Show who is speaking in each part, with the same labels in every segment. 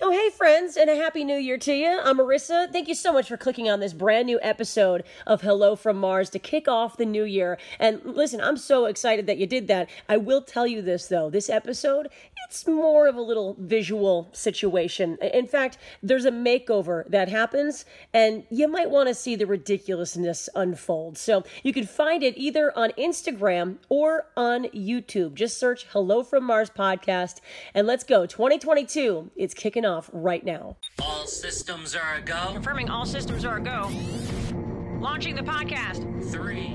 Speaker 1: Oh, Hey, friends, and a happy new year to you. I'm Marissa. Thank you so much for clicking on this brand new episode of Hello from Mars to kick off the new year. And listen, I'm so excited that you did that. I will tell you this, though. This episode, it's more of a little visual situation. In fact, there's a makeover that happens, and you might want to see the ridiculousness unfold. So you can find it either on Instagram or on YouTube. Just search Hello from Mars podcast, and let's go. 2022, it's kicking off right now.
Speaker 2: All systems are a go.
Speaker 3: Confirming all systems are a go. Launching the podcast.
Speaker 2: Three,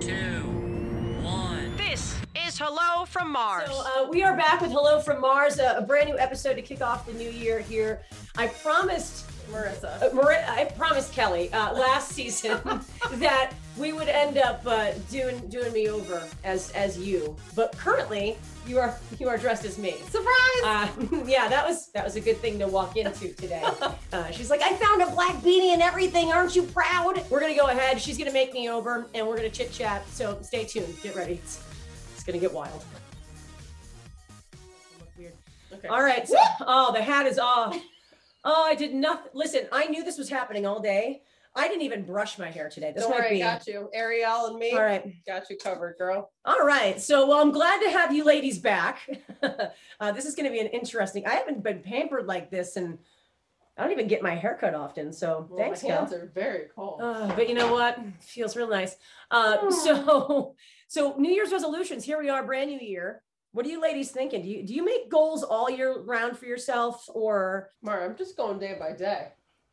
Speaker 2: two, one.
Speaker 3: This is Hello from Mars.
Speaker 1: So, uh, we are back with Hello from Mars, a, a brand new episode to kick off the new year here. I promised
Speaker 4: Marissa.
Speaker 1: uh, Mari- I promised Kelly uh, last season that we would end up uh, doing doing me over as as you, but currently you are you are dressed as me.
Speaker 4: Surprise!
Speaker 1: Uh, yeah, that was that was a good thing to walk into today. Uh, she's like, I found a black beanie and everything. Aren't you proud? We're gonna go ahead. She's gonna make me over, and we're gonna chit chat. So stay tuned. Get ready. It's, it's gonna get wild. Weird.
Speaker 4: okay.
Speaker 1: All right. So, oh, the hat is off. Oh, I did nothing. Listen, I knew this was happening all day. I didn't even brush my hair today. This
Speaker 4: Don't
Speaker 1: might
Speaker 4: worry,
Speaker 1: be.
Speaker 4: got you. Ariel and me
Speaker 1: All right.
Speaker 4: got you covered, girl.
Speaker 1: All right. So, well, I'm glad to have you ladies back. uh, this is going to be an interesting. I haven't been pampered like this, and I don't even get my hair cut often. So,
Speaker 4: Well,
Speaker 1: thanks,
Speaker 4: my hands
Speaker 1: Cal.
Speaker 4: are very cold.
Speaker 1: Uh, but you know what? Feels real nice. Uh, so, so New Year's resolutions. Here we are, brand new year. What are you ladies thinking? Do you do you make goals all year round for yourself, or
Speaker 4: Mara, I'm just going day by day.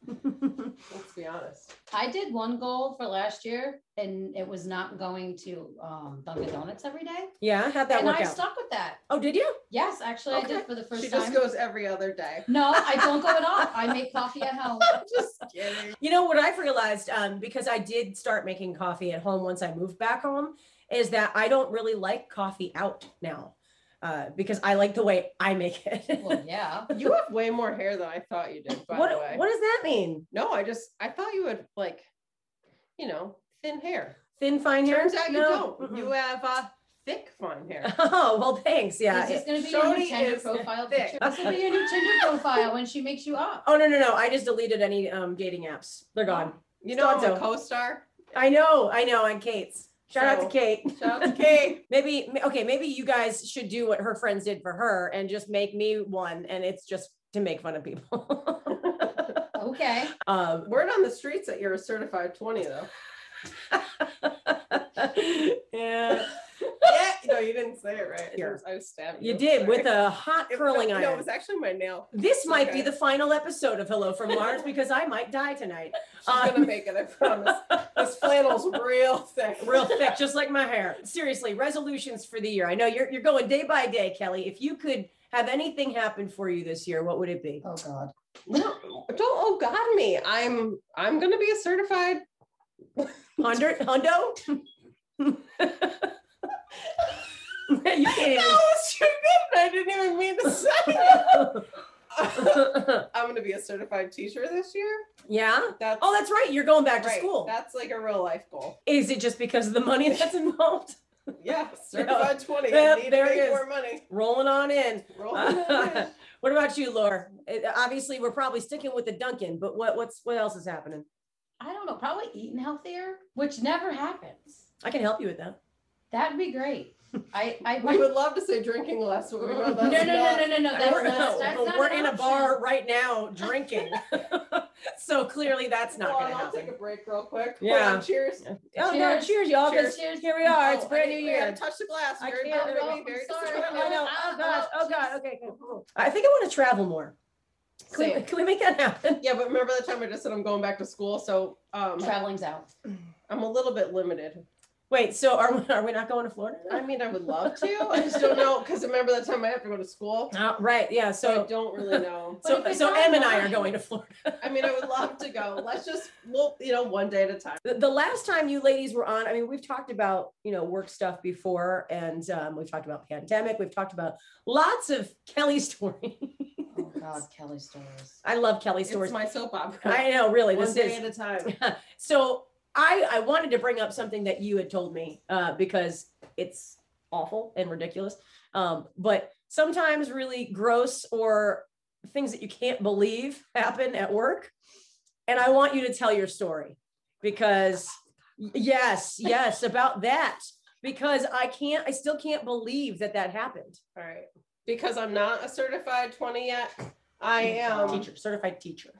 Speaker 4: Let's be honest.
Speaker 5: I did one goal for last year, and it was not going to um, Dunkin' Donuts every day.
Speaker 1: yeah, how'd that
Speaker 5: and
Speaker 1: work
Speaker 5: I
Speaker 1: out?
Speaker 5: stuck with that.
Speaker 1: oh, did you?
Speaker 5: Yes, actually, I
Speaker 4: Okay.
Speaker 5: did for the first
Speaker 4: she
Speaker 5: time.
Speaker 4: just goes every other day.
Speaker 5: no, I don't go at all. I make coffee at home.
Speaker 4: just kidding.
Speaker 1: You know what I've realized um, because I did start making coffee at home once I moved back home is that I don't really like coffee out now uh, because I like the way I make it.
Speaker 5: Well, yeah.
Speaker 4: You have way more hair than I thought you did, by the way.
Speaker 1: what what does that mean?
Speaker 4: No, I just I thought you had like, you know, thin hair.
Speaker 1: Thin fine hair?
Speaker 4: Turns out you
Speaker 1: No.
Speaker 4: don't.
Speaker 1: Mm-mm.
Speaker 4: You have uh thick fine hair.
Speaker 1: Oh well, thanks. Yeah.
Speaker 5: is this going to be your
Speaker 4: Shorty
Speaker 5: new Tinder
Speaker 4: is
Speaker 5: profile
Speaker 4: thick.
Speaker 5: picture? This will be your new Tinder profile when she makes you up.
Speaker 1: oh no no no! I just deleted any um, dating apps. They're gone.
Speaker 4: You know, I'm a
Speaker 1: Tonto.
Speaker 4: co-star.
Speaker 1: I know. I know. And Kate's. Shout out
Speaker 4: So-
Speaker 1: to Kate.
Speaker 4: Shout out to Kate.
Speaker 1: Maybe okay. Maybe you guys should do what her friends did for her and just make me one. And it's just to make fun of people.
Speaker 5: Okay.
Speaker 1: um,
Speaker 4: Word on the streets that you're a certified 20 though.
Speaker 1: yeah,
Speaker 4: yeah, no, you didn't say it right.
Speaker 1: Here.
Speaker 4: I was stabbing
Speaker 1: you did with
Speaker 4: sorry.
Speaker 1: a hot
Speaker 4: It-
Speaker 1: curling
Speaker 4: no,
Speaker 1: iron.
Speaker 4: No, it was actually my nail.
Speaker 1: this might be
Speaker 4: okay.
Speaker 1: the final episode of Hello from Mars because I might die tonight.
Speaker 4: She's gonna
Speaker 1: Um,
Speaker 4: make it. I promise. this flannel's real thick.
Speaker 1: Real thick, just like my hair. Seriously, resolutions for the year. I know you're you're going day by day, Kelly. If you could have anything happen for you this year, what would it be?
Speaker 5: Oh God.
Speaker 4: No, don't. Oh God, me. I'm. I'm gonna be a certified.
Speaker 1: Hundo? Hundo? you can't
Speaker 4: That was too good. I didn't even mean to say. it.
Speaker 1: even-
Speaker 4: I'm gonna be a certified teacher this year.
Speaker 1: yeah.
Speaker 4: That's
Speaker 1: Oh, that's right. You're going back to
Speaker 4: right.
Speaker 1: school.
Speaker 4: That's like a real life goal.
Speaker 1: Is it just because of the money that's involved?
Speaker 4: Yeah, certified 20.
Speaker 1: Yeah,
Speaker 4: need
Speaker 1: there
Speaker 4: to make
Speaker 1: it is.
Speaker 4: more money.
Speaker 1: Rolling on in.
Speaker 4: Roll that in.
Speaker 1: what about you, Laura? Uh, Obviously, we're probably sticking with the Duncan, but what what's what else is happening?
Speaker 5: I don't know. Probably eating healthier, which never happens.
Speaker 1: I can help you with that.
Speaker 5: That'd be great. I I
Speaker 4: we would love to say drinking less, but we know
Speaker 5: no
Speaker 4: that's
Speaker 5: no no
Speaker 4: not-
Speaker 5: no no no. That's,
Speaker 1: we're
Speaker 5: that's, that's
Speaker 1: but
Speaker 5: not
Speaker 1: we're
Speaker 5: an
Speaker 1: in a
Speaker 5: option.
Speaker 1: bar right now drinking, so clearly that's not
Speaker 4: Hold on,
Speaker 1: going to
Speaker 4: I'll take
Speaker 1: happen.
Speaker 4: a break real quick. Hold
Speaker 1: Yeah.
Speaker 4: on, cheers.
Speaker 1: Oh no!
Speaker 5: Cheers.
Speaker 1: Cheers, y'all! 'cause
Speaker 5: Cheers.
Speaker 1: Here we are. It's
Speaker 4: Oh,
Speaker 1: brand
Speaker 4: I
Speaker 1: new
Speaker 4: didn't- I
Speaker 1: year.
Speaker 4: gotta touch the glass.
Speaker 1: I
Speaker 4: You're
Speaker 1: can't
Speaker 4: gonna
Speaker 5: roll.
Speaker 4: be very
Speaker 5: I'm sorry.
Speaker 1: I
Speaker 4: disappointed.
Speaker 1: know. Oh gosh! Oh god!
Speaker 5: Cheers.
Speaker 1: Okay. cool, cool. I think I want to travel more. Can we,
Speaker 5: Same.
Speaker 1: can we make that happen?
Speaker 4: Yeah, but remember that time I just said I'm going back to school, so um,
Speaker 5: Traveling's out.
Speaker 4: I'm a little bit limited.
Speaker 1: Wait. So are we, are we not going to Florida?
Speaker 4: I mean, I would love to. I just don't know because remember that time I have to go to school,
Speaker 1: Uh, right. Yeah.
Speaker 4: so, I
Speaker 1: So
Speaker 4: don't really know.
Speaker 5: But
Speaker 1: so
Speaker 5: if it's
Speaker 1: so Em and I are
Speaker 5: online-
Speaker 1: going to Florida.
Speaker 4: I mean, I would love to go. Let's just, well, you know, one day at a time.
Speaker 1: The, the last time you ladies were on, I mean, we've talked about you know work stuff before, and um, we've talked about pandemic. We've talked about lots of Kelly stories.
Speaker 5: Oh God, Kelly stories.
Speaker 1: I love Kelly stories.
Speaker 4: It's my soap opera.
Speaker 1: I know, really,
Speaker 4: one
Speaker 1: this
Speaker 4: day
Speaker 1: is.
Speaker 4: at a time.
Speaker 1: So I I wanted to bring up something that you had told me uh, because it's awful and ridiculous, um, but sometimes really gross or things that you can't believe happen at work. And I want you to tell your story because, yes, yes, about that. Because I can't, I still can't believe that that happened.
Speaker 4: All right. Because I'm not a certified 20 yet. I am
Speaker 1: Teacher, certified teacher,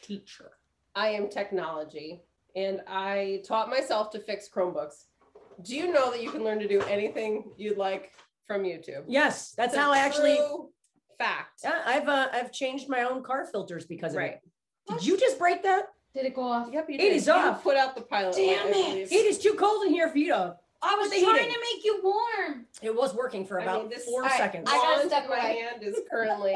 Speaker 1: teacher.
Speaker 4: I am technology and I taught myself to fix Chromebooks. Do you know that you can learn to do anything you'd like from YouTube?
Speaker 1: Yes, that's
Speaker 4: It's a
Speaker 1: how I actually.
Speaker 4: true fact.
Speaker 1: Yeah, I've uh, I've changed my own car filters because of
Speaker 4: Right.
Speaker 1: it. Did you just break that?
Speaker 5: Did it go off?
Speaker 4: Yep, you
Speaker 1: It
Speaker 4: did.
Speaker 1: is
Speaker 4: You
Speaker 1: off.
Speaker 4: Put out the pilot.
Speaker 5: Damn
Speaker 4: light, I
Speaker 5: it.
Speaker 4: believe.
Speaker 1: It is too cold in here for you to.
Speaker 5: I was
Speaker 1: They
Speaker 5: trying
Speaker 1: heated.
Speaker 5: to make you warm.
Speaker 1: It was working for
Speaker 4: I
Speaker 1: about
Speaker 4: mean, this-
Speaker 1: four
Speaker 4: I-
Speaker 1: seconds.
Speaker 5: I gotta
Speaker 4: Wand
Speaker 5: step
Speaker 4: in my
Speaker 5: away.
Speaker 4: hand is currently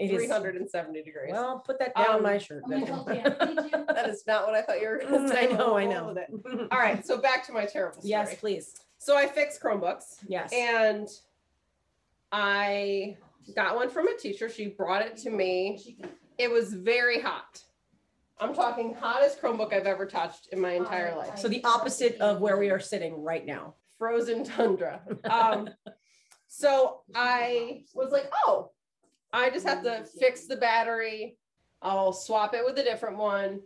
Speaker 1: It is-
Speaker 4: 370 degrees.
Speaker 1: Well, put that down on
Speaker 4: Um,
Speaker 1: my shirt.
Speaker 5: Oh my
Speaker 1: then.
Speaker 5: God, yeah, I need you.
Speaker 4: that is not what I thought you were going to
Speaker 1: I
Speaker 4: say.
Speaker 1: know, I
Speaker 4: Roll
Speaker 1: know.
Speaker 4: with it. All right, so back to my terrible story.
Speaker 1: Yes, please.
Speaker 4: So I fixed Chromebooks
Speaker 1: Yes.
Speaker 4: and I got one from a teacher. She brought it to me. It was very hot. I'm talking hottest Chromebook I've ever touched in my entire
Speaker 5: Oh,
Speaker 4: life.
Speaker 1: so the opposite of where we are sitting right now.
Speaker 4: Frozen tundra. Um, so I was like, oh, I just have to fix the battery. I'll swap it with a different one.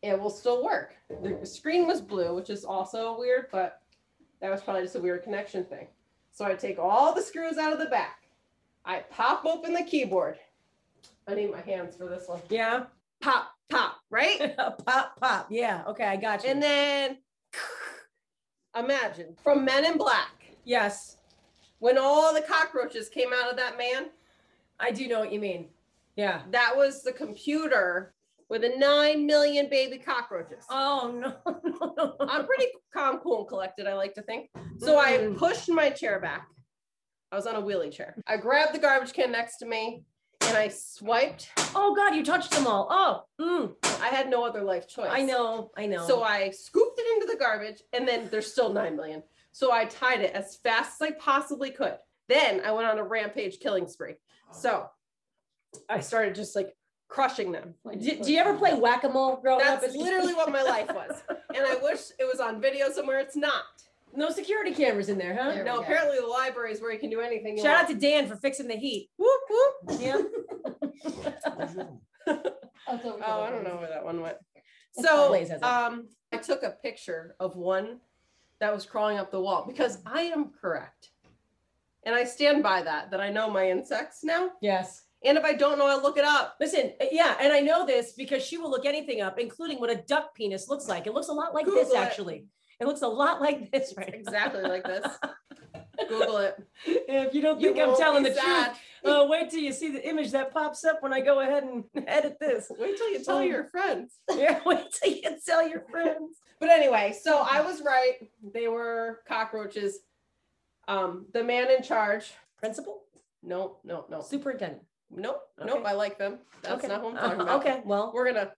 Speaker 4: It will still work. The screen was blue, which is also weird, but that was probably just a weird connection thing. So I take all the screws out of the back. I pop open the keyboard. I need my hands for this one.
Speaker 1: Yeah.
Speaker 4: Pop, pop, right?
Speaker 1: pop, pop. Yeah. Okay, I got you.
Speaker 4: And then imagine from Men in Black
Speaker 1: yes,
Speaker 4: when all the cockroaches came out of that man.
Speaker 1: I do know what you mean. Yeah.
Speaker 4: That was the computer with the 9 million baby cockroaches.
Speaker 1: Oh no. no, no.
Speaker 4: I'm pretty calm, cool, and collected, I like to think. So I
Speaker 1: Mm.
Speaker 4: pushed my chair back. I was on a wheelie chair. I grabbed the garbage can next to me and I swiped.
Speaker 1: Oh God, you touched them all. Oh. mm,
Speaker 4: I had no other life choice.
Speaker 1: I know. I know.
Speaker 4: So I scooped it into the garbage, and then there's still 9 million. So I tied it as fast as I possibly could. Then I went on a rampage killing spree. So I started just like crushing them.
Speaker 1: Do, do you ever play whack a mole growing up?
Speaker 4: That's
Speaker 1: It's-
Speaker 4: literally what my life was. And I wish it was on video somewhere. It's not.
Speaker 1: no security cameras in there, huh?
Speaker 5: There we
Speaker 4: No,
Speaker 5: go.
Speaker 4: apparently the library is where you can do anything. You
Speaker 1: Shout out
Speaker 4: want.
Speaker 1: to Dan for fixing the heat.
Speaker 4: whoop whoop.
Speaker 1: Yeah.
Speaker 5: Oh, it's over
Speaker 4: Oh,
Speaker 5: here.
Speaker 4: I don't know where that one went.
Speaker 5: It's
Speaker 4: So
Speaker 1: Blaze has it.
Speaker 4: um, I took a picture of one that was crawling up the wall because I am correct. And I stand by that, that I know my insects now.
Speaker 1: yes.
Speaker 4: And if I don't know, I look it up.
Speaker 1: Listen, uh, yeah, and I know this because she will look anything up, including what a duck penis looks like. It looks a lot like this,
Speaker 4: Google it.
Speaker 1: actually. It looks a lot like this, right? now.
Speaker 4: Exactly like this. Google it.
Speaker 1: If you don't
Speaker 4: You
Speaker 1: think I'm
Speaker 4: won't
Speaker 1: telling
Speaker 4: be
Speaker 1: the
Speaker 4: sad.
Speaker 1: truth, uh, wait till you see the image that pops up when I go ahead and edit this.
Speaker 4: Wait till you tell your friends.
Speaker 1: Yeah, wait till you tell your friends.
Speaker 4: But anyway, so I was right. They were cockroaches. Um, the man in charge.
Speaker 1: Principal,
Speaker 4: No, no, no.
Speaker 1: superintendent.
Speaker 4: Nope,
Speaker 1: Okay.
Speaker 4: nope. I like them. That's
Speaker 1: okay.
Speaker 4: not what I'm talking
Speaker 1: Uh,
Speaker 4: about.
Speaker 1: Okay, well,
Speaker 4: We're gonna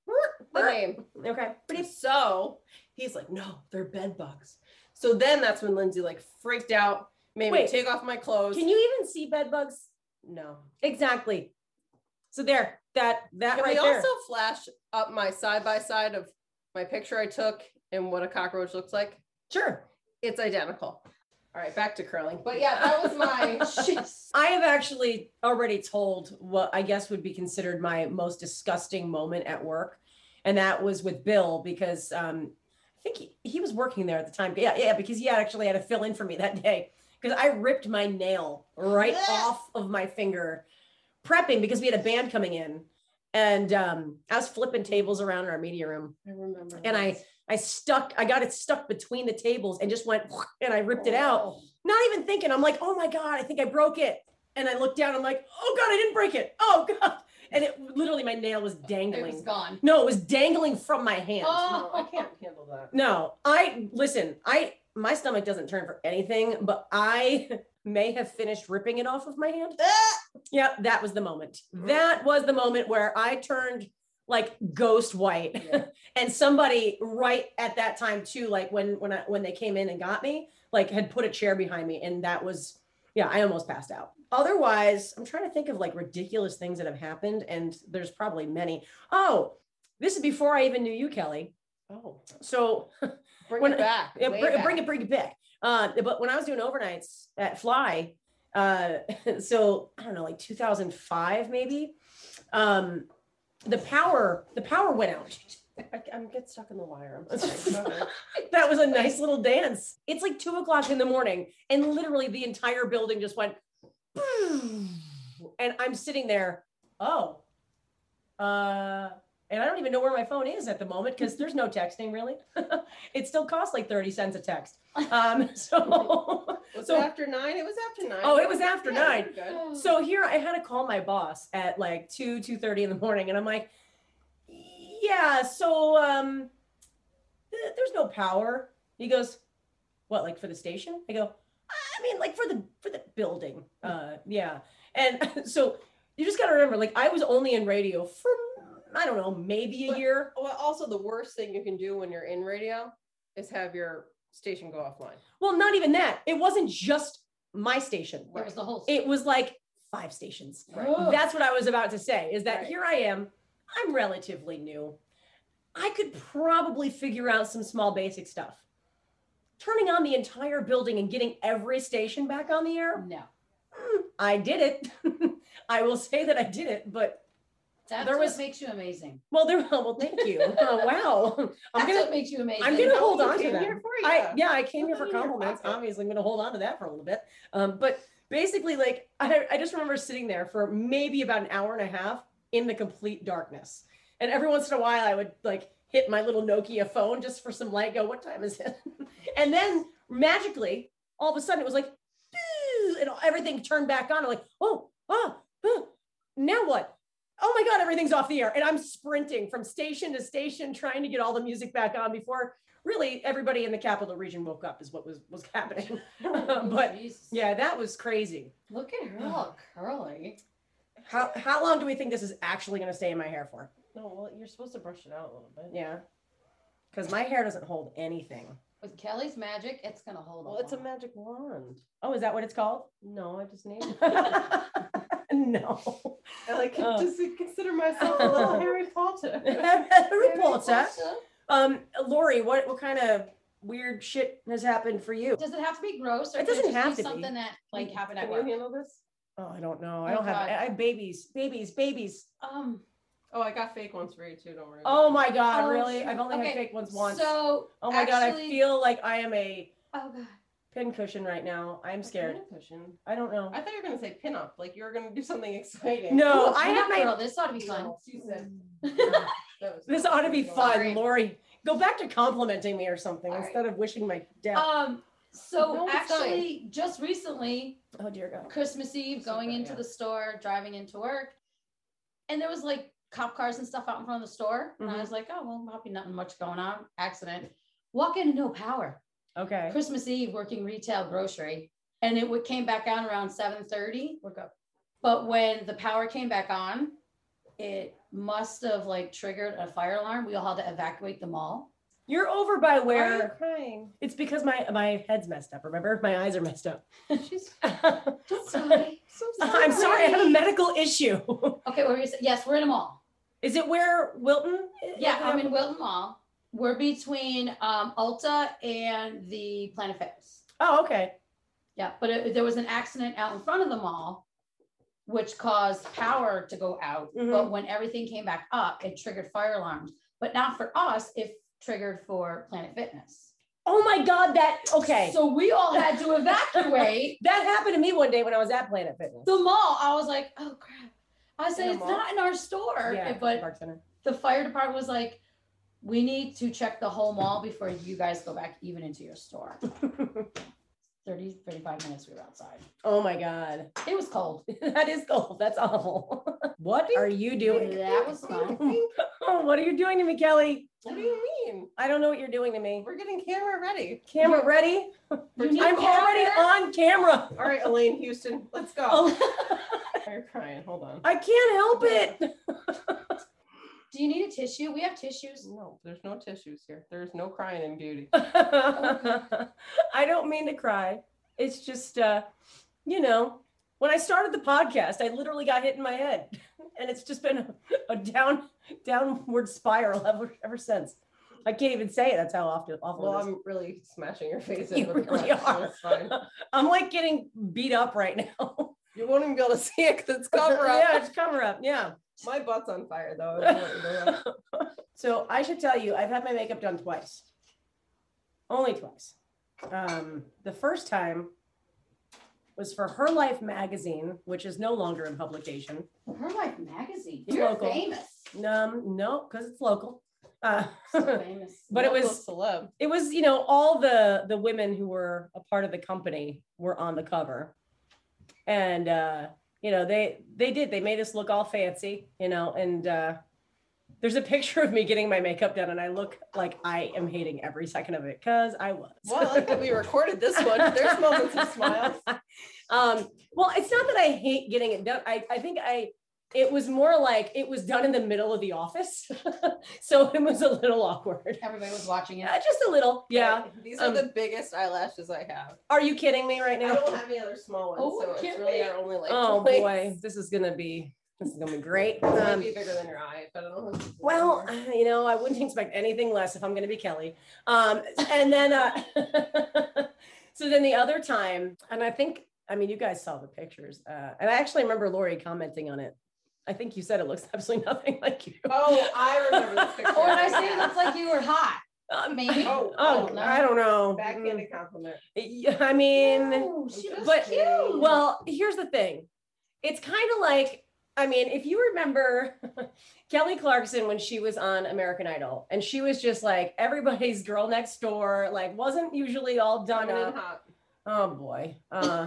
Speaker 4: the name.
Speaker 1: okay.
Speaker 4: So he's like, no, they're bed bugs. So then that's when Lindsay like freaked out, made me
Speaker 1: Wait.
Speaker 4: take off my clothes.
Speaker 1: Can you even see bed bugs?
Speaker 4: no.
Speaker 1: Exactly. So there, that that
Speaker 4: Can
Speaker 1: right
Speaker 4: we
Speaker 1: there.
Speaker 4: also flash up my side by side of my picture I took and what a cockroach looks like?
Speaker 1: sure.
Speaker 4: It's identical. All right, back to curling. But yeah, that was my
Speaker 1: I have actually already told what I guess would be considered my most disgusting moment at work. And that was with Bill because um, I think he, he was working there at the time. Yeah, yeah, because he had actually had to fill in for me that day because I ripped my nail right off of my finger prepping because we had a band coming in. And um, I was flipping tables around in our media room
Speaker 4: I remember.
Speaker 1: and I I stuck I got it stuck between the tables and just went and I ripped it out.
Speaker 5: Oh,
Speaker 1: Not even thinking. I'm like, "Oh my god, I think I broke it." And I looked down I'm like, "Oh god, I didn't break it." Oh god. And it literally my nail was
Speaker 5: It
Speaker 1: dangling.
Speaker 5: was gone.
Speaker 1: no, it was dangling from my hand.
Speaker 4: No, I
Speaker 5: Oh,
Speaker 4: can't handle that.
Speaker 1: No, I listen, I my stomach doesn't turn for anything, but I may have finished ripping it off of my hand. Yeah, that was the moment. That was the moment where I turned like ghost white.
Speaker 4: Yeah.
Speaker 1: and somebody right at that time too, like when when I when they came in and got me, like had put a chair behind me and that was yeah, I almost passed out. Otherwise, I'm trying to think of like ridiculous things that have happened and there's probably many. Oh, this is before I even knew you, Kelly.
Speaker 4: Oh,
Speaker 1: So
Speaker 4: bring
Speaker 1: When-
Speaker 4: it back.
Speaker 1: yeah,
Speaker 4: way
Speaker 1: bring,
Speaker 4: back.
Speaker 1: bring it, bring it back. Uh, but when I was doing overnights at Fly, uh, so I don't know, like 2005 maybe, um, the power the power went out.
Speaker 4: I, I'm get stuck in the wire. I'm sorry. Go ahead.
Speaker 1: That was a nice little dance. It's like two o'clock in the morning, and literally the entire building just went, and I'm sitting there. Oh, uh, and I don't even know where my phone is at the moment because there's no texting really. it still costs like thirty cents a text. Um, so
Speaker 4: Was
Speaker 1: So-
Speaker 4: it after nine? It was after nine.
Speaker 1: Oh, it was after
Speaker 4: Yeah,
Speaker 1: nine.
Speaker 4: we're good.
Speaker 1: So here I had to call my boss at like two, two thirty in the morning, and I'm like, "Yeah, so um, th- there's no power." He goes, "What, like for the station?" I go, "I mean, like for the for the building." Uh, yeah, and so you just gotta remember, like I was only in radio for I don't know, maybe a
Speaker 4: But-
Speaker 1: year.
Speaker 4: Well, also the worst thing you can do when you're in radio is have your station go offline.
Speaker 1: Well, not even that. It wasn't just my station.
Speaker 5: It was the whole.
Speaker 1: It was like five stations.
Speaker 5: Ugh.
Speaker 1: That's what I was about to say is that
Speaker 4: Right.
Speaker 1: here I am. I'm relatively new. I could probably figure out some small basic stuff. Turning on the entire building and getting every station back on the air,
Speaker 5: no.
Speaker 1: I did it. I will say that I did it, but
Speaker 5: That's
Speaker 1: There
Speaker 5: what
Speaker 1: was-
Speaker 5: makes you amazing.
Speaker 1: well, there. Well, thank you. Oh, wow, I'm
Speaker 5: That's
Speaker 1: gonna.
Speaker 5: what makes you amazing.
Speaker 1: I'm gonna
Speaker 4: How
Speaker 1: hold
Speaker 4: you
Speaker 1: on to
Speaker 4: came
Speaker 1: that.
Speaker 4: here for you.
Speaker 1: I yeah, I came here
Speaker 4: Put
Speaker 1: for
Speaker 4: it in your
Speaker 1: compliments.
Speaker 4: pocket.
Speaker 1: Obviously, I'm gonna hold on to that for a little bit. Um, but basically, like I, I just remember sitting there for maybe about an hour and a half in the complete darkness. And every once in a while I would like hit my little Nokia phone just for some light, go, what time is it? and then magically, all of a sudden it was like "Boo," and everything turned back on. I'm like, oh, oh, oh, now what? Oh my God, everything's off the air. And I'm sprinting from station to station trying to get all the music back on before really everybody in the capital region woke up is what was was happening. but
Speaker 5: Jesus.
Speaker 1: yeah, that was crazy.
Speaker 5: Look at her all curly.
Speaker 1: How how long do we think this is actually gonna stay in my hair for?
Speaker 4: No, well, you're supposed to brush it out a little bit.
Speaker 1: Yeah. Because my hair doesn't hold anything.
Speaker 5: With Kelly's magic, it's gonna hold
Speaker 4: Well, it's a
Speaker 5: on.
Speaker 4: magic wand.
Speaker 1: Oh, is that what it's called?
Speaker 4: No, I just named it.
Speaker 1: no.
Speaker 4: I like
Speaker 1: Oh.
Speaker 4: just consider myself a little Harry Potter.
Speaker 1: Harry Potter. Um, Lori, what what kind of weird shit has happened for you?
Speaker 5: Does it have to be gross, or
Speaker 1: It
Speaker 5: can
Speaker 1: doesn't
Speaker 5: just be
Speaker 1: have to be.
Speaker 5: something that like happened at
Speaker 4: Can
Speaker 5: work?
Speaker 4: you handle this?
Speaker 1: Oh, I don't know. I
Speaker 5: Oh,
Speaker 1: don't have
Speaker 5: God.
Speaker 1: I, I babies, babies, babies.
Speaker 5: Um.
Speaker 4: Oh, I got fake ones for you too. Don't worry. about
Speaker 1: Oh
Speaker 4: it.
Speaker 1: my god,
Speaker 5: Oh,
Speaker 1: really?
Speaker 5: shoot.
Speaker 1: I've only
Speaker 5: Okay,
Speaker 1: had fake ones once.
Speaker 5: So.
Speaker 1: oh my god, I
Speaker 5: actually-
Speaker 1: feel like I am a
Speaker 5: Oh god.
Speaker 1: pincushion right now. I'm scared.
Speaker 4: Pincushion.
Speaker 1: I don't know.
Speaker 4: I thought you were gonna say pinup, like you were gonna do something exciting.
Speaker 1: No,
Speaker 5: Ooh,
Speaker 1: I have
Speaker 5: pinup
Speaker 1: my Mm.
Speaker 5: girl. This ought to be fun.
Speaker 4: She said. That was-
Speaker 1: This ought to be
Speaker 5: Sorry.
Speaker 1: fun, Lori. Go back to complimenting me or something
Speaker 5: All right.
Speaker 1: instead of wishing my death.
Speaker 5: Um. So
Speaker 4: No, it's fine.
Speaker 5: actually, just recently,
Speaker 1: oh dear God.
Speaker 5: Christmas Eve,
Speaker 4: So
Speaker 5: going
Speaker 4: good,
Speaker 5: into
Speaker 4: yeah.
Speaker 5: the store, driving into work, and there was like cop cars and stuff out in front of the store, and I
Speaker 1: Mhm.
Speaker 5: was like, oh well, probably nothing much going on, accident. Walk in and no power.
Speaker 1: Okay.
Speaker 5: Christmas Eve, working retail grocery, and it would- came back on around seven thirty.
Speaker 4: Look up.
Speaker 5: But when the power came back on, it must have like triggered a fire alarm. We all had to evacuate the mall.
Speaker 1: You're over by
Speaker 4: Why are you
Speaker 1: where
Speaker 4: crying?
Speaker 1: it's because my my head's messed up. Remember, my eyes are messed up.
Speaker 4: She's
Speaker 5: okay,
Speaker 4: so
Speaker 1: I'm sorry, I have a medical issue.
Speaker 5: what were you saying? Yes, we're in a mall.
Speaker 1: Is it where Wilton? um,
Speaker 5: Yeah, I'm in Wilton Mall. We're between um, Ulta and the Planet Fitness.
Speaker 1: Oh, okay.
Speaker 5: Yeah, but it, there was an accident out in front of the mall, which caused power to go out. But
Speaker 1: Mhm.
Speaker 5: when everything came back up, it triggered fire alarms. But not for us, it triggered for Planet Fitness.
Speaker 1: Oh my God, that okay.
Speaker 5: So we all had to evacuate
Speaker 1: that happened to me one day when I was at Planet Fitness.
Speaker 5: the mall. I was like, oh crap. I said,
Speaker 4: a
Speaker 5: it's
Speaker 4: mall?
Speaker 5: not in our store.
Speaker 1: yeah,
Speaker 5: But
Speaker 1: Park Center.
Speaker 5: the fire department was like, we need to check the whole mall before you guys go back even into your store. 30, 35 minutes we were outside.
Speaker 1: Oh my God,
Speaker 5: It was cold.
Speaker 1: that is cold. That's awful. what are you doing?
Speaker 5: That was fun.
Speaker 1: oh, what are you doing to me, Kelly?
Speaker 4: What do you mean?
Speaker 1: I don't know what you're doing to me.
Speaker 4: We're getting camera ready.
Speaker 1: Camera ready?
Speaker 5: You need
Speaker 1: I'm already
Speaker 5: powder?
Speaker 1: on camera.
Speaker 4: All right, Elaine Houston, let's go.
Speaker 1: Oh,
Speaker 4: You're crying. Hold on.
Speaker 1: I can't help it.
Speaker 5: Do you need a tissue? We have tissues.
Speaker 4: No, there's no tissues here. There's no crying in beauty.
Speaker 1: I don't mean to cry. It's just, uh, you know, when I started the podcast, I literally got hit in my head, and it's just been a, a down, downward spiral ever, ever since. I can't even say it. That's how often awful
Speaker 4: Well,
Speaker 1: it is.
Speaker 4: I'm really smashing your face.
Speaker 1: You
Speaker 4: in with the
Speaker 1: really
Speaker 4: brush, so
Speaker 1: are.
Speaker 4: it's fine.
Speaker 1: I'm like getting beat up right now.
Speaker 4: You won't even be able to see it because it's cover up.
Speaker 1: yeah, it's cover up. Yeah.
Speaker 4: My butt's on fire though. I want you to know.
Speaker 1: So I should tell you, I've had my makeup done twice. Only twice. Um, the first time was for Her Life magazine, which is no longer in publication.
Speaker 5: Her Life magazine.
Speaker 1: It's
Speaker 5: You're
Speaker 1: local.
Speaker 5: famous.
Speaker 1: Um, no, because it's local. Uh,
Speaker 5: So famous.
Speaker 1: but it
Speaker 4: Local
Speaker 1: was
Speaker 4: celeb.
Speaker 1: it was you know all the the women who were a part of the company were on the cover and uh you know they they did they made us look all fancy you know and uh there's a picture of me getting my makeup done and i look like i am hating every second of it because i was
Speaker 4: Well, I like that we recorded this one. There's moments of smiles.
Speaker 1: um well it's not that i hate getting it done i i think i it was more like it was done in the middle of the office so it was a little awkward
Speaker 5: Everybody was watching it.
Speaker 1: yeah, just a little yeah
Speaker 4: These are
Speaker 1: Um,
Speaker 4: the biggest eyelashes I have.
Speaker 1: are you kidding me right
Speaker 4: I
Speaker 1: now
Speaker 4: don't have any other small ones,
Speaker 5: Oh,
Speaker 4: so it's
Speaker 5: kidding.
Speaker 4: really our only like.
Speaker 1: oh
Speaker 4: choice.
Speaker 1: boy this is gonna be this is gonna be great
Speaker 4: It might
Speaker 1: um,
Speaker 4: be bigger than your eye, but I don't know. if it's
Speaker 1: well uh,
Speaker 4: bigger.
Speaker 1: you know i wouldn't expect anything less if i'm gonna be kelly um, and then uh, so then the other time and i think i mean you guys saw the pictures uh, and i actually remember lori commenting on it i think you said it looks absolutely nothing like you
Speaker 4: oh, I remember this picture.
Speaker 5: Or did I say it looks like you were hot?
Speaker 1: Um,
Speaker 5: Maybe.
Speaker 4: Oh,
Speaker 1: oh
Speaker 5: don't know.
Speaker 1: i don't know
Speaker 4: backhanded compliment.
Speaker 1: Yeah, i mean
Speaker 5: Ooh, Oh, she was
Speaker 1: but-
Speaker 5: cute.
Speaker 1: Well, here's the thing. It's kind of like, I mean, if you remember Kelly Clarkson when she was on American Idol, and she was just like everybody's girl next door, like wasn't usually all done
Speaker 4: Coming in
Speaker 1: up.
Speaker 4: hot.
Speaker 1: Oh boy. Uh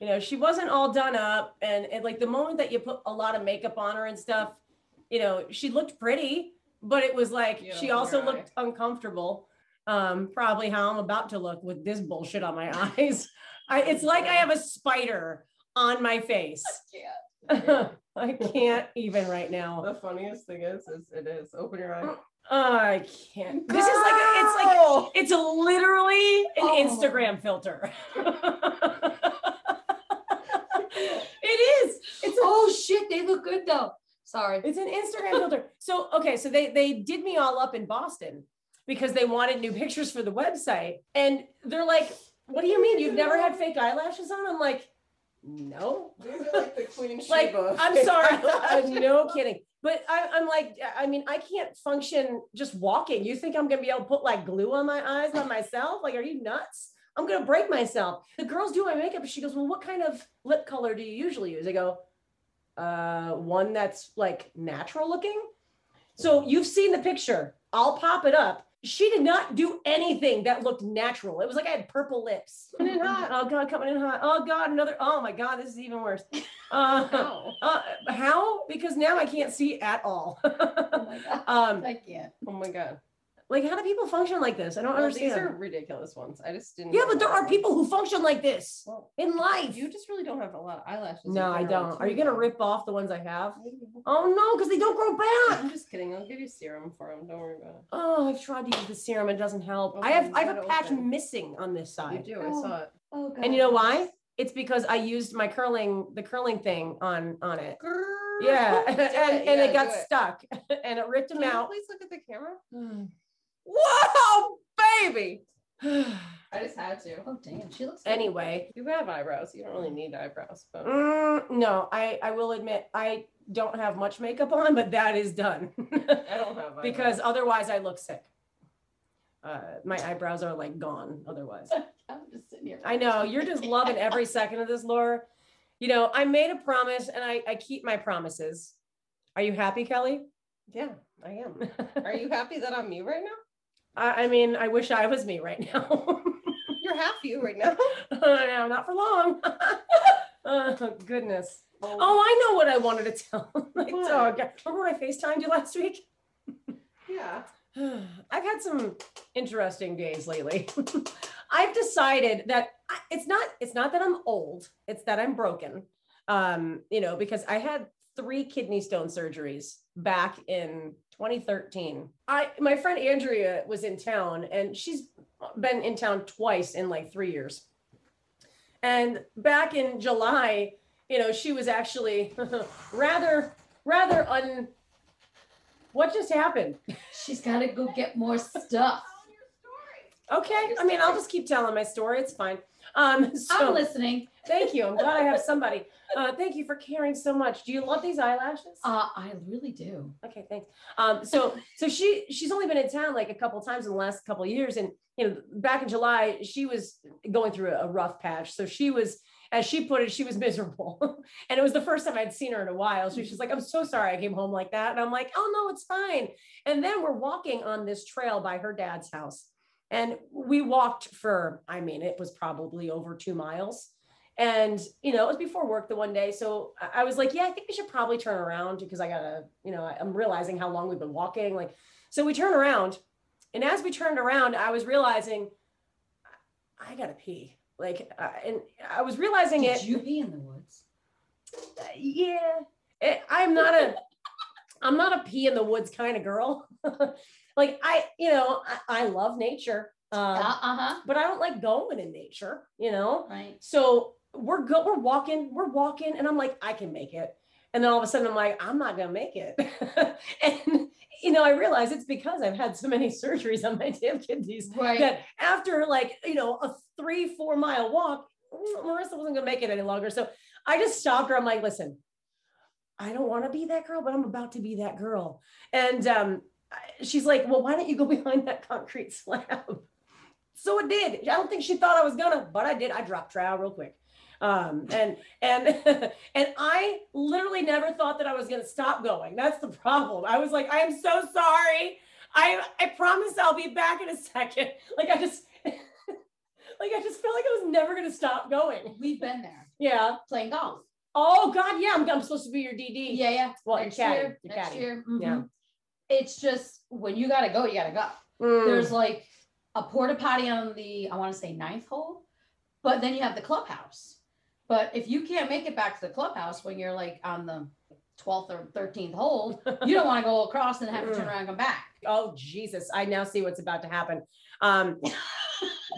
Speaker 1: you know, she wasn't all done up. And, and like the moment that you put a lot of makeup on her and stuff, you know, she looked pretty, but it was like
Speaker 4: You
Speaker 1: she
Speaker 4: don't want
Speaker 1: also
Speaker 4: your eye.
Speaker 1: looked uncomfortable. Um, probably how I'm about to look with this bullshit on my eyes. I, it's like I have a spider on my face. I can't even right now.
Speaker 4: The funniest thing is, is it is open your eye.
Speaker 1: I can't. This is like a, it's like
Speaker 4: Girl!
Speaker 1: it's literally an
Speaker 5: Oh.
Speaker 1: Instagram filter. it is. It's a
Speaker 5: oh shit, they look good though. Sorry.
Speaker 1: It's an Instagram filter. So okay, so they they did me all up in Boston because they wanted new pictures for the website, and they're like, "What do you mean you've never had fake eyelashes on?" I'm like, "No,
Speaker 4: These are like the Queen
Speaker 1: like
Speaker 4: Sheba.
Speaker 1: I'm sorry, Uh, no kidding." But I, I'm like, I mean, I can't function just walking. You think I'm gonna be able to put like glue on my eyes on myself? Like, are you nuts? I'm gonna break myself. The girls do my makeup. and She goes, "Well, what kind of lip color do you usually use?" I go, uh, one that's like natural looking. So you've seen the picture. I'll pop it up. She did not do anything that looked natural. It was like I had purple lips.
Speaker 4: Coming in hot.
Speaker 1: Oh god, coming in hot. Oh god, another. Oh my god, this is even worse. Uh, uh, how? Because now I can't see at all.
Speaker 5: Oh my god.
Speaker 1: um,
Speaker 5: I can't.
Speaker 4: Oh my god.
Speaker 1: like how do people function like this? I don't
Speaker 4: Well,
Speaker 1: understand.
Speaker 4: these are ridiculous ones. I just didn't.
Speaker 1: yeah, but there are people who function like this
Speaker 4: Well,
Speaker 1: in life.
Speaker 4: You just really don't have a lot of eyelashes. in
Speaker 1: no, I
Speaker 4: general,
Speaker 1: don't.
Speaker 4: too,
Speaker 1: Are you gonna
Speaker 4: though.
Speaker 1: rip off the ones I have? Oh no, because they don't grow back.
Speaker 4: I'm just kidding. I'll give you serum for them. Don't worry about
Speaker 1: Oh, I've tried to use the serum. It doesn't help.
Speaker 4: Open,
Speaker 1: I have I have a
Speaker 4: gotta
Speaker 1: patch
Speaker 4: open.
Speaker 1: missing on this
Speaker 4: it.
Speaker 1: side.
Speaker 4: Oh, You do. I saw it.
Speaker 5: Oh god.
Speaker 1: And you know why? It's because I used my curling, the curling thing on on it. Yeah. and,
Speaker 4: it. You
Speaker 1: and
Speaker 4: gotta
Speaker 1: it got
Speaker 4: do it.
Speaker 1: stuck and it ripped
Speaker 4: Can
Speaker 1: them
Speaker 4: you
Speaker 1: out.
Speaker 4: please look at the camera?
Speaker 1: Mm.
Speaker 4: Whoa, baby! I just had to.
Speaker 5: Oh damn, she looks good.
Speaker 1: anyway.
Speaker 4: You have eyebrows. You don't really need eyebrows, but
Speaker 1: mm, no, I, I will admit I don't have much makeup on, but that is done.
Speaker 4: I don't have eyebrows.
Speaker 1: because otherwise I look sick. Uh, my eyebrows are like gone otherwise.
Speaker 5: I'm just sitting here.
Speaker 1: I know you're just loving every second of this, Laura. You know, I made a promise and I, I keep my promises. Are you happy, Kelly?
Speaker 4: yeah, I am. Are
Speaker 1: I,
Speaker 4: you happy that I'm you right now?
Speaker 1: I mean, I wish I was me right now.
Speaker 4: You're half you right now.
Speaker 1: no, not for long. oh goodness. Oh, I know what I wanted to tell. like,
Speaker 4: What?
Speaker 1: dog, remember when I FaceTimed you last week?
Speaker 4: yeah.
Speaker 1: I've had some interesting days lately. I've decided that I- it's not it's not that I'm old, it's that I'm broken. Um, you know, because I had three kidney stone surgeries back in 2013. I my friend Andrea was in town and she's been in town twice in like 3 years. And back in July, you know, she was actually rather rather un what just happened?
Speaker 5: She's gotta go get more stuff.
Speaker 1: Okay. I mean, I'll just keep telling my story. It's fine. Um, so
Speaker 5: I'm listening.
Speaker 1: thank you. I'm glad I have somebody. Uh, thank you for caring so much. Do you love these eyelashes?
Speaker 5: Uh, I really do.
Speaker 1: okay thanks um so so she she's only been in town like a couple times in the last couple of years and you know back in july she was going through a rough patch so she was as she put it she was miserable and it was the first time i'd seen her in a while so she's like i'm so sorry i came home like that and i'm like oh no it's fine and then we're walking on this trail by her dad's house and we walked for i mean it was probably over two miles and you know it was before work the one day so I- i was like yeah i think we should probably turn around because i gotta you know I- i'm realizing how long we've been walking like so we turn around and as we turned around i was realizing i I gotta pee like uh, and i was realizing it
Speaker 5: Did you be in the woods?
Speaker 1: uh, yeah Eh, i'm not a i'm not a pee in the woods kind of girl like i you know i, I love nature
Speaker 5: Uh
Speaker 1: uh,
Speaker 5: huh.
Speaker 1: but i don't like going in nature you know
Speaker 5: Right.
Speaker 1: so we're go we're walking we're walking and i'm like i can make it and then all of a sudden i'm like i'm not gonna make it and you know i realize it's because i've had so many surgeries on my damn kidneys
Speaker 5: Right.
Speaker 1: that after like you know a three four mile walk marissa wasn't gonna make it any longer so i just stopped her i'm like listen i don't want to be that girl but i'm about to be that girl and um I- she's like well why don't you go behind that concrete slab so it did i don't think she thought i was gonna but i did i dropped trow real quick um and and and i literally never thought that i was gonna stop going that's the problem i was like i am so sorry I I promise I'll be back in a second. Like I just like I just felt like I was never gonna stop going.
Speaker 5: We've been there
Speaker 1: Yeah.
Speaker 5: playing golf.
Speaker 1: Oh God, yeah. I'm, I'm supposed to be your DD.
Speaker 5: Yeah, yeah.
Speaker 1: Well,
Speaker 5: next
Speaker 1: you're catty.
Speaker 5: year,
Speaker 1: You're
Speaker 5: next
Speaker 1: catty.
Speaker 5: year.
Speaker 1: Yeah.
Speaker 5: mhm. It's just when you gotta go, you gotta go.
Speaker 1: Mm.
Speaker 5: There's like a porta potty on the I want to say ninth hole, but then you have the clubhouse. But if you can't make it back to the clubhouse when you're like on the 12th or 13th hole, you don't want to go across and have to
Speaker 1: Mm.
Speaker 5: turn around and come back.
Speaker 1: oh Jesus, I now see what's about to happen. Um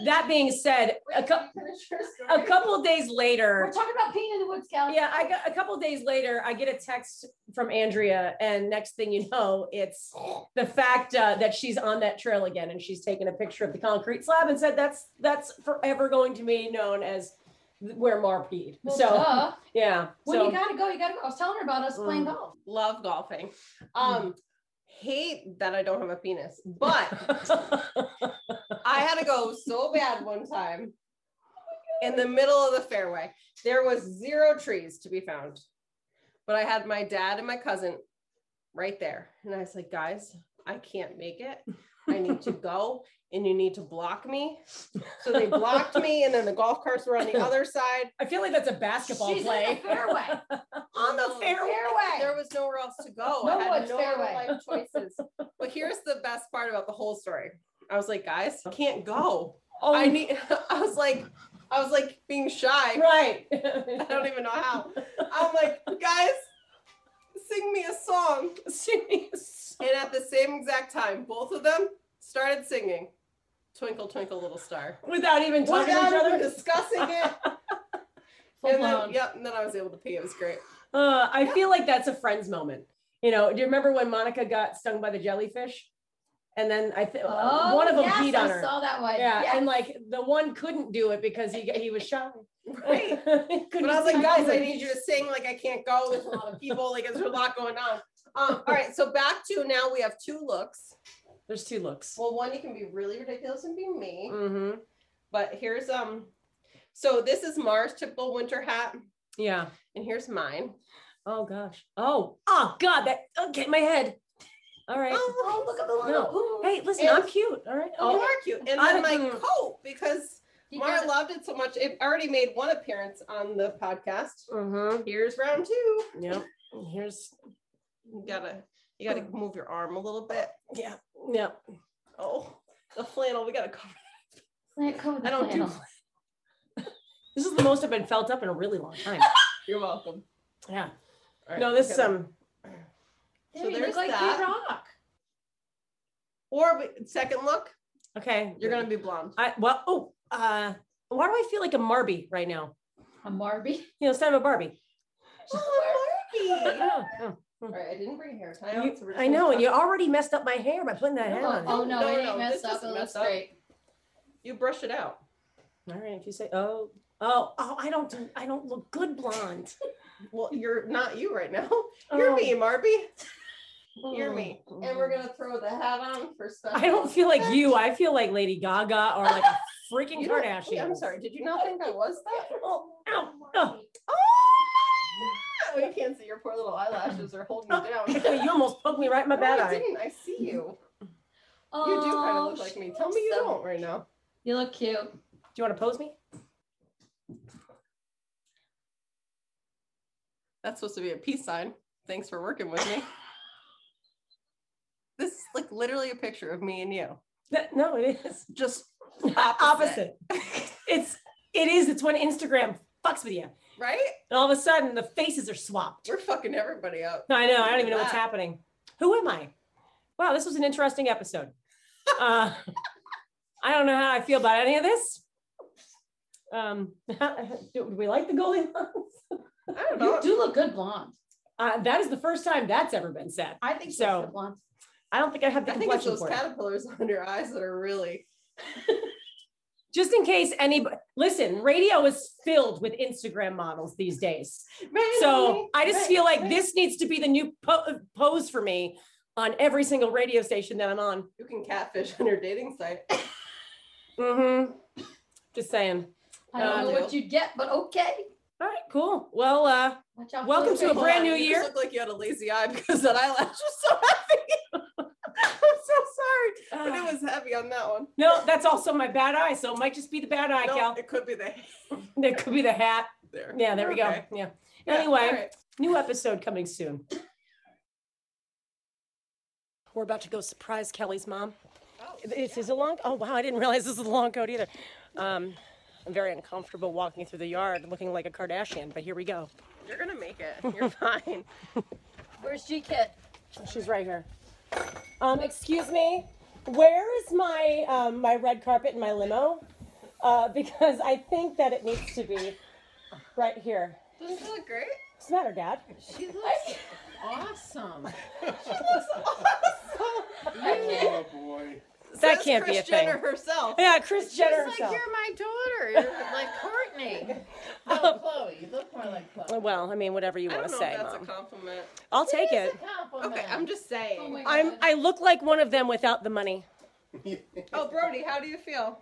Speaker 1: that being said, a, cou- a couple of days later.
Speaker 5: We're talking about peeing in the woods, Cal.
Speaker 1: Yeah, I got a couple of days later, I get a text from Andrea, and next thing you know, it's the fact uh, that she's on that trail again, and she's taken a picture of the concrete slab and said that's that's forever going to be known as where Mar peed.
Speaker 5: Well,
Speaker 1: so
Speaker 5: duh.
Speaker 1: yeah,
Speaker 5: when
Speaker 1: so
Speaker 5: you gotta go, you gotta go. I was telling her about us playing
Speaker 1: Mm.
Speaker 5: golf.
Speaker 4: Love golfing. Um, hate that I don't have a penis, but I had to go so bad one time in the middle of the fairway. There was zero trees to be found, but I had my dad and my cousin right there. And I was like, guys, I can't make it. I need to go and you need to block me. So they blocked me, and then the golf carts were on the other side.
Speaker 1: I feel like that's a basketball
Speaker 5: She's in
Speaker 1: play.
Speaker 5: the fairway.
Speaker 4: on the
Speaker 1: Oh.
Speaker 4: fairway.
Speaker 5: Fairway.
Speaker 4: There was nowhere else to go.
Speaker 5: No
Speaker 4: I had
Speaker 5: woods,
Speaker 4: no other
Speaker 5: fairway.
Speaker 4: life choices. But here's the best part about the whole story. I was like, guys, I can't go.
Speaker 1: oh,
Speaker 4: I need. I was like, I was like being shy.
Speaker 1: right.
Speaker 4: I don't e even know how. I'm like, guys, sing me a song. And at the same exact time, both of them started singing "Twinkle Twinkle Little Star"
Speaker 1: Without even talking
Speaker 4: without
Speaker 1: to each
Speaker 4: even
Speaker 1: other.
Speaker 4: discussing it.
Speaker 5: Full
Speaker 4: and then,
Speaker 5: blown.
Speaker 4: yep. And then I was able to pee. It was great.
Speaker 1: Uh, I feel like that's a friend's moment. You know, do you remember when Monica got stung by the jellyfish? And then I think
Speaker 5: Oh,
Speaker 1: one of them
Speaker 5: yes,
Speaker 1: peed on
Speaker 5: I
Speaker 1: her.
Speaker 5: saw that one.
Speaker 1: Yeah,
Speaker 5: Yes.
Speaker 1: and like the one couldn't do it because he he was shy.
Speaker 4: Right.
Speaker 1: Couldn't
Speaker 4: But I was like,
Speaker 1: sing.
Speaker 4: guys, I need you to sing. Like, I can't go. There's a lot of people. Like, there's a lot going on. Um, all right. So back to now we have two looks.
Speaker 1: There's two looks.
Speaker 4: Well, one you can be really ridiculous and be me.
Speaker 1: hmm
Speaker 4: But here's um. So this is Mars typical winter hat,
Speaker 1: Yeah.
Speaker 4: and here's mine.
Speaker 1: Oh gosh. Oh. Oh God. That. Okay. My head. All right.
Speaker 4: Oh, look at the
Speaker 1: No.
Speaker 4: little.
Speaker 1: Hey, listen.
Speaker 4: And-
Speaker 1: I'm cute. All right.
Speaker 4: Oh, you
Speaker 1: Oh.
Speaker 4: are cute. And
Speaker 1: I
Speaker 4: then my
Speaker 1: don't-
Speaker 4: coat because
Speaker 5: You
Speaker 4: Mara
Speaker 5: gotta-
Speaker 4: loved it so much. It already made one appearance on the podcast.
Speaker 1: Mm-hmm.
Speaker 4: Here's round two.
Speaker 1: Yep. Here's.
Speaker 4: You gotta you gotta move your arm a little bit.
Speaker 1: Yeah. Yep.
Speaker 4: Oh, the flannel. We gotta cover.
Speaker 5: Like, cover the
Speaker 4: I don't do
Speaker 5: flannel.
Speaker 1: This is the most I've been felt up in a really long time.
Speaker 4: You're welcome.
Speaker 1: Yeah.
Speaker 4: All right,
Speaker 1: No. This
Speaker 4: okay.
Speaker 1: um.
Speaker 5: There
Speaker 4: So
Speaker 5: you
Speaker 4: there's
Speaker 5: look like
Speaker 4: that.
Speaker 5: Kid Rock.
Speaker 4: Or we- second look,
Speaker 1: Okay.
Speaker 4: you're gonna be blonde.
Speaker 1: I well. Oh. Uh. Why do I feel like a Marby right now?
Speaker 5: A Marby.
Speaker 1: You know, instead of a Barbie.
Speaker 4: Oh, Barbie!
Speaker 1: Oh, oh.
Speaker 4: All right, I didn't bring hair tie.
Speaker 1: You-
Speaker 4: so we're just
Speaker 1: I
Speaker 4: gonna
Speaker 1: know, and
Speaker 4: talk-
Speaker 1: you already messed up my hair by putting that hat
Speaker 5: Oh,
Speaker 1: on.
Speaker 5: oh, no,
Speaker 4: No,
Speaker 5: it ain't
Speaker 4: no, this
Speaker 5: messed up. It
Speaker 4: doesn't
Speaker 5: looks
Speaker 4: mess up.
Speaker 5: great.
Speaker 4: you brush it out.
Speaker 1: All right, if you say, oh, oh, oh, I don't do, I don't look good blonde.
Speaker 4: Well, you're not you right now. You're
Speaker 1: Oh.
Speaker 4: me, Marby. You're me.
Speaker 1: Oh.
Speaker 4: And we're gonna throw the hat on for stuff.
Speaker 1: I don't feel like you. I feel like Lady Gaga or like a freaking
Speaker 4: You don't-
Speaker 1: Kardashian.
Speaker 4: wait, I'm sorry. Did you not think I was that?
Speaker 1: Oh, ow, oh.
Speaker 4: Oh, you can't see your poor little eyelashes are holding you down.
Speaker 1: you almost poked me right in my
Speaker 4: No,
Speaker 1: bad
Speaker 4: I
Speaker 1: eye.
Speaker 4: didn't. I see you.
Speaker 5: Oh,
Speaker 4: You do kind of look
Speaker 5: she
Speaker 4: like me. Tell me you
Speaker 5: so-
Speaker 4: don't right now.
Speaker 5: You look cute.
Speaker 1: Do you want to pose me?
Speaker 4: That's supposed to be a peace sign. Thanks for working with me. This is like literally a picture of me and you.
Speaker 1: That- no, it is
Speaker 4: Just opposite.
Speaker 1: opposite. it's it is. It's when Instagram fucks with you, and
Speaker 4: right?
Speaker 1: all of a sudden the faces are swapped.
Speaker 4: We're fucking everybody up.
Speaker 1: No, I know. I don't even know what's
Speaker 4: Wow.
Speaker 1: happening. Who am I? Wow, this was an interesting episode. Uh, I don't know how I feel about any of this. Um, do we like the Goldilocks?
Speaker 4: I don't know.
Speaker 5: You do look good blonde.
Speaker 1: Uh, that is the first time that's ever been said.
Speaker 5: I think she's
Speaker 1: So-
Speaker 5: good blonde.
Speaker 1: I don't think I have the
Speaker 4: I think it's
Speaker 1: complexion
Speaker 4: those
Speaker 1: for it.
Speaker 4: caterpillars on your eyes that are really.
Speaker 1: Just in case anybody listen, radio is filled with Instagram models these days. So I just feel like this needs to be the new po- pose for me on every single radio station that I'm on.
Speaker 4: You can catfish on your dating site.
Speaker 1: Mm-hmm. Just saying.
Speaker 5: I don't
Speaker 1: Uh,
Speaker 5: know what you'd get, but okay.
Speaker 1: All right, cool. Well, uh,
Speaker 5: Watch out. for
Speaker 1: Welcome
Speaker 5: those
Speaker 1: to a
Speaker 5: big
Speaker 4: Hold
Speaker 1: brand
Speaker 4: on,
Speaker 1: new
Speaker 4: you
Speaker 1: year.
Speaker 4: Just look like you had a lazy eye because that eyelash was so heavy. I'm so sorry,
Speaker 1: Ah.
Speaker 4: but it was heavy on that one.
Speaker 1: uh, no, that's also my bad eye, so it might just be the bad eye,
Speaker 4: No,
Speaker 1: Cal.
Speaker 4: it could be the
Speaker 1: It could be the hat.
Speaker 4: there.
Speaker 1: Yeah, there we go.
Speaker 4: Okay.
Speaker 1: Yeah.
Speaker 4: Yeah,
Speaker 1: Anyway,
Speaker 4: all right.
Speaker 1: new episode coming soon. We're about to go surprise Kelly's mom.
Speaker 6: This is a long. Oh wow, I didn't realize this was a long coat either. Um, I'm very uncomfortable walking through the yard looking like a Kardashian, but here we go.
Speaker 4: You're gonna make it. You're fine.
Speaker 5: Where's G Kit?
Speaker 6: She's right here. Um, excuse me, where is my um, my red carpet and my limo? Uh, because I think that it needs to be right here.
Speaker 4: Doesn't she look great?
Speaker 6: What's the matter, Dad?
Speaker 4: She looks awesome.
Speaker 7: Oh boy.
Speaker 6: That can't be a thing.
Speaker 4: Jenner herself.
Speaker 6: Yeah, Chris Jenner
Speaker 8: It's like
Speaker 6: herself.
Speaker 8: you're my daughter. You're like Courtney. Oh, Chloe. You look more like Chloe.
Speaker 6: Well, I mean, whatever you
Speaker 4: I
Speaker 6: want
Speaker 4: don't
Speaker 6: to
Speaker 4: know
Speaker 6: say,
Speaker 4: if that's a
Speaker 6: Mom.
Speaker 4: compliment.
Speaker 6: I'll take it.
Speaker 8: It's a compliment.
Speaker 4: Okay, I'm just saying. Oh,
Speaker 6: I'm. I look like one of them without the money.
Speaker 4: oh, Brody, how do you feel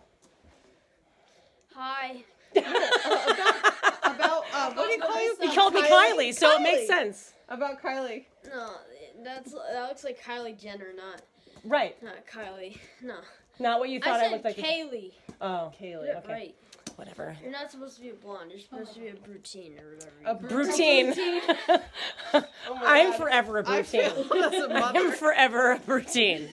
Speaker 9: Hi.
Speaker 4: uh, about uh, what do you call you?
Speaker 6: He called me Kylie, so it makes
Speaker 4: Kylie.
Speaker 6: sense.
Speaker 4: About Kylie.
Speaker 9: No, that's that looks like Kylie Jenner, not
Speaker 6: Right.
Speaker 9: not Kylie. No,
Speaker 6: Not what you
Speaker 9: I
Speaker 6: thought I,
Speaker 9: said
Speaker 6: looked like.
Speaker 9: Kaylee.
Speaker 6: oh,
Speaker 9: You're
Speaker 6: Kaylee. Okay.
Speaker 9: Right.
Speaker 6: Whatever.
Speaker 9: You're not supposed to be a blonde. You're supposed to be a brutine or whatever.
Speaker 4: A
Speaker 9: you-
Speaker 6: Routine.
Speaker 9: Brutine.
Speaker 4: Oh my
Speaker 6: I'm
Speaker 4: God.
Speaker 6: forever a
Speaker 4: I
Speaker 6: routine.
Speaker 4: feel as a
Speaker 6: I am
Speaker 4: mother.
Speaker 6: forever a routine.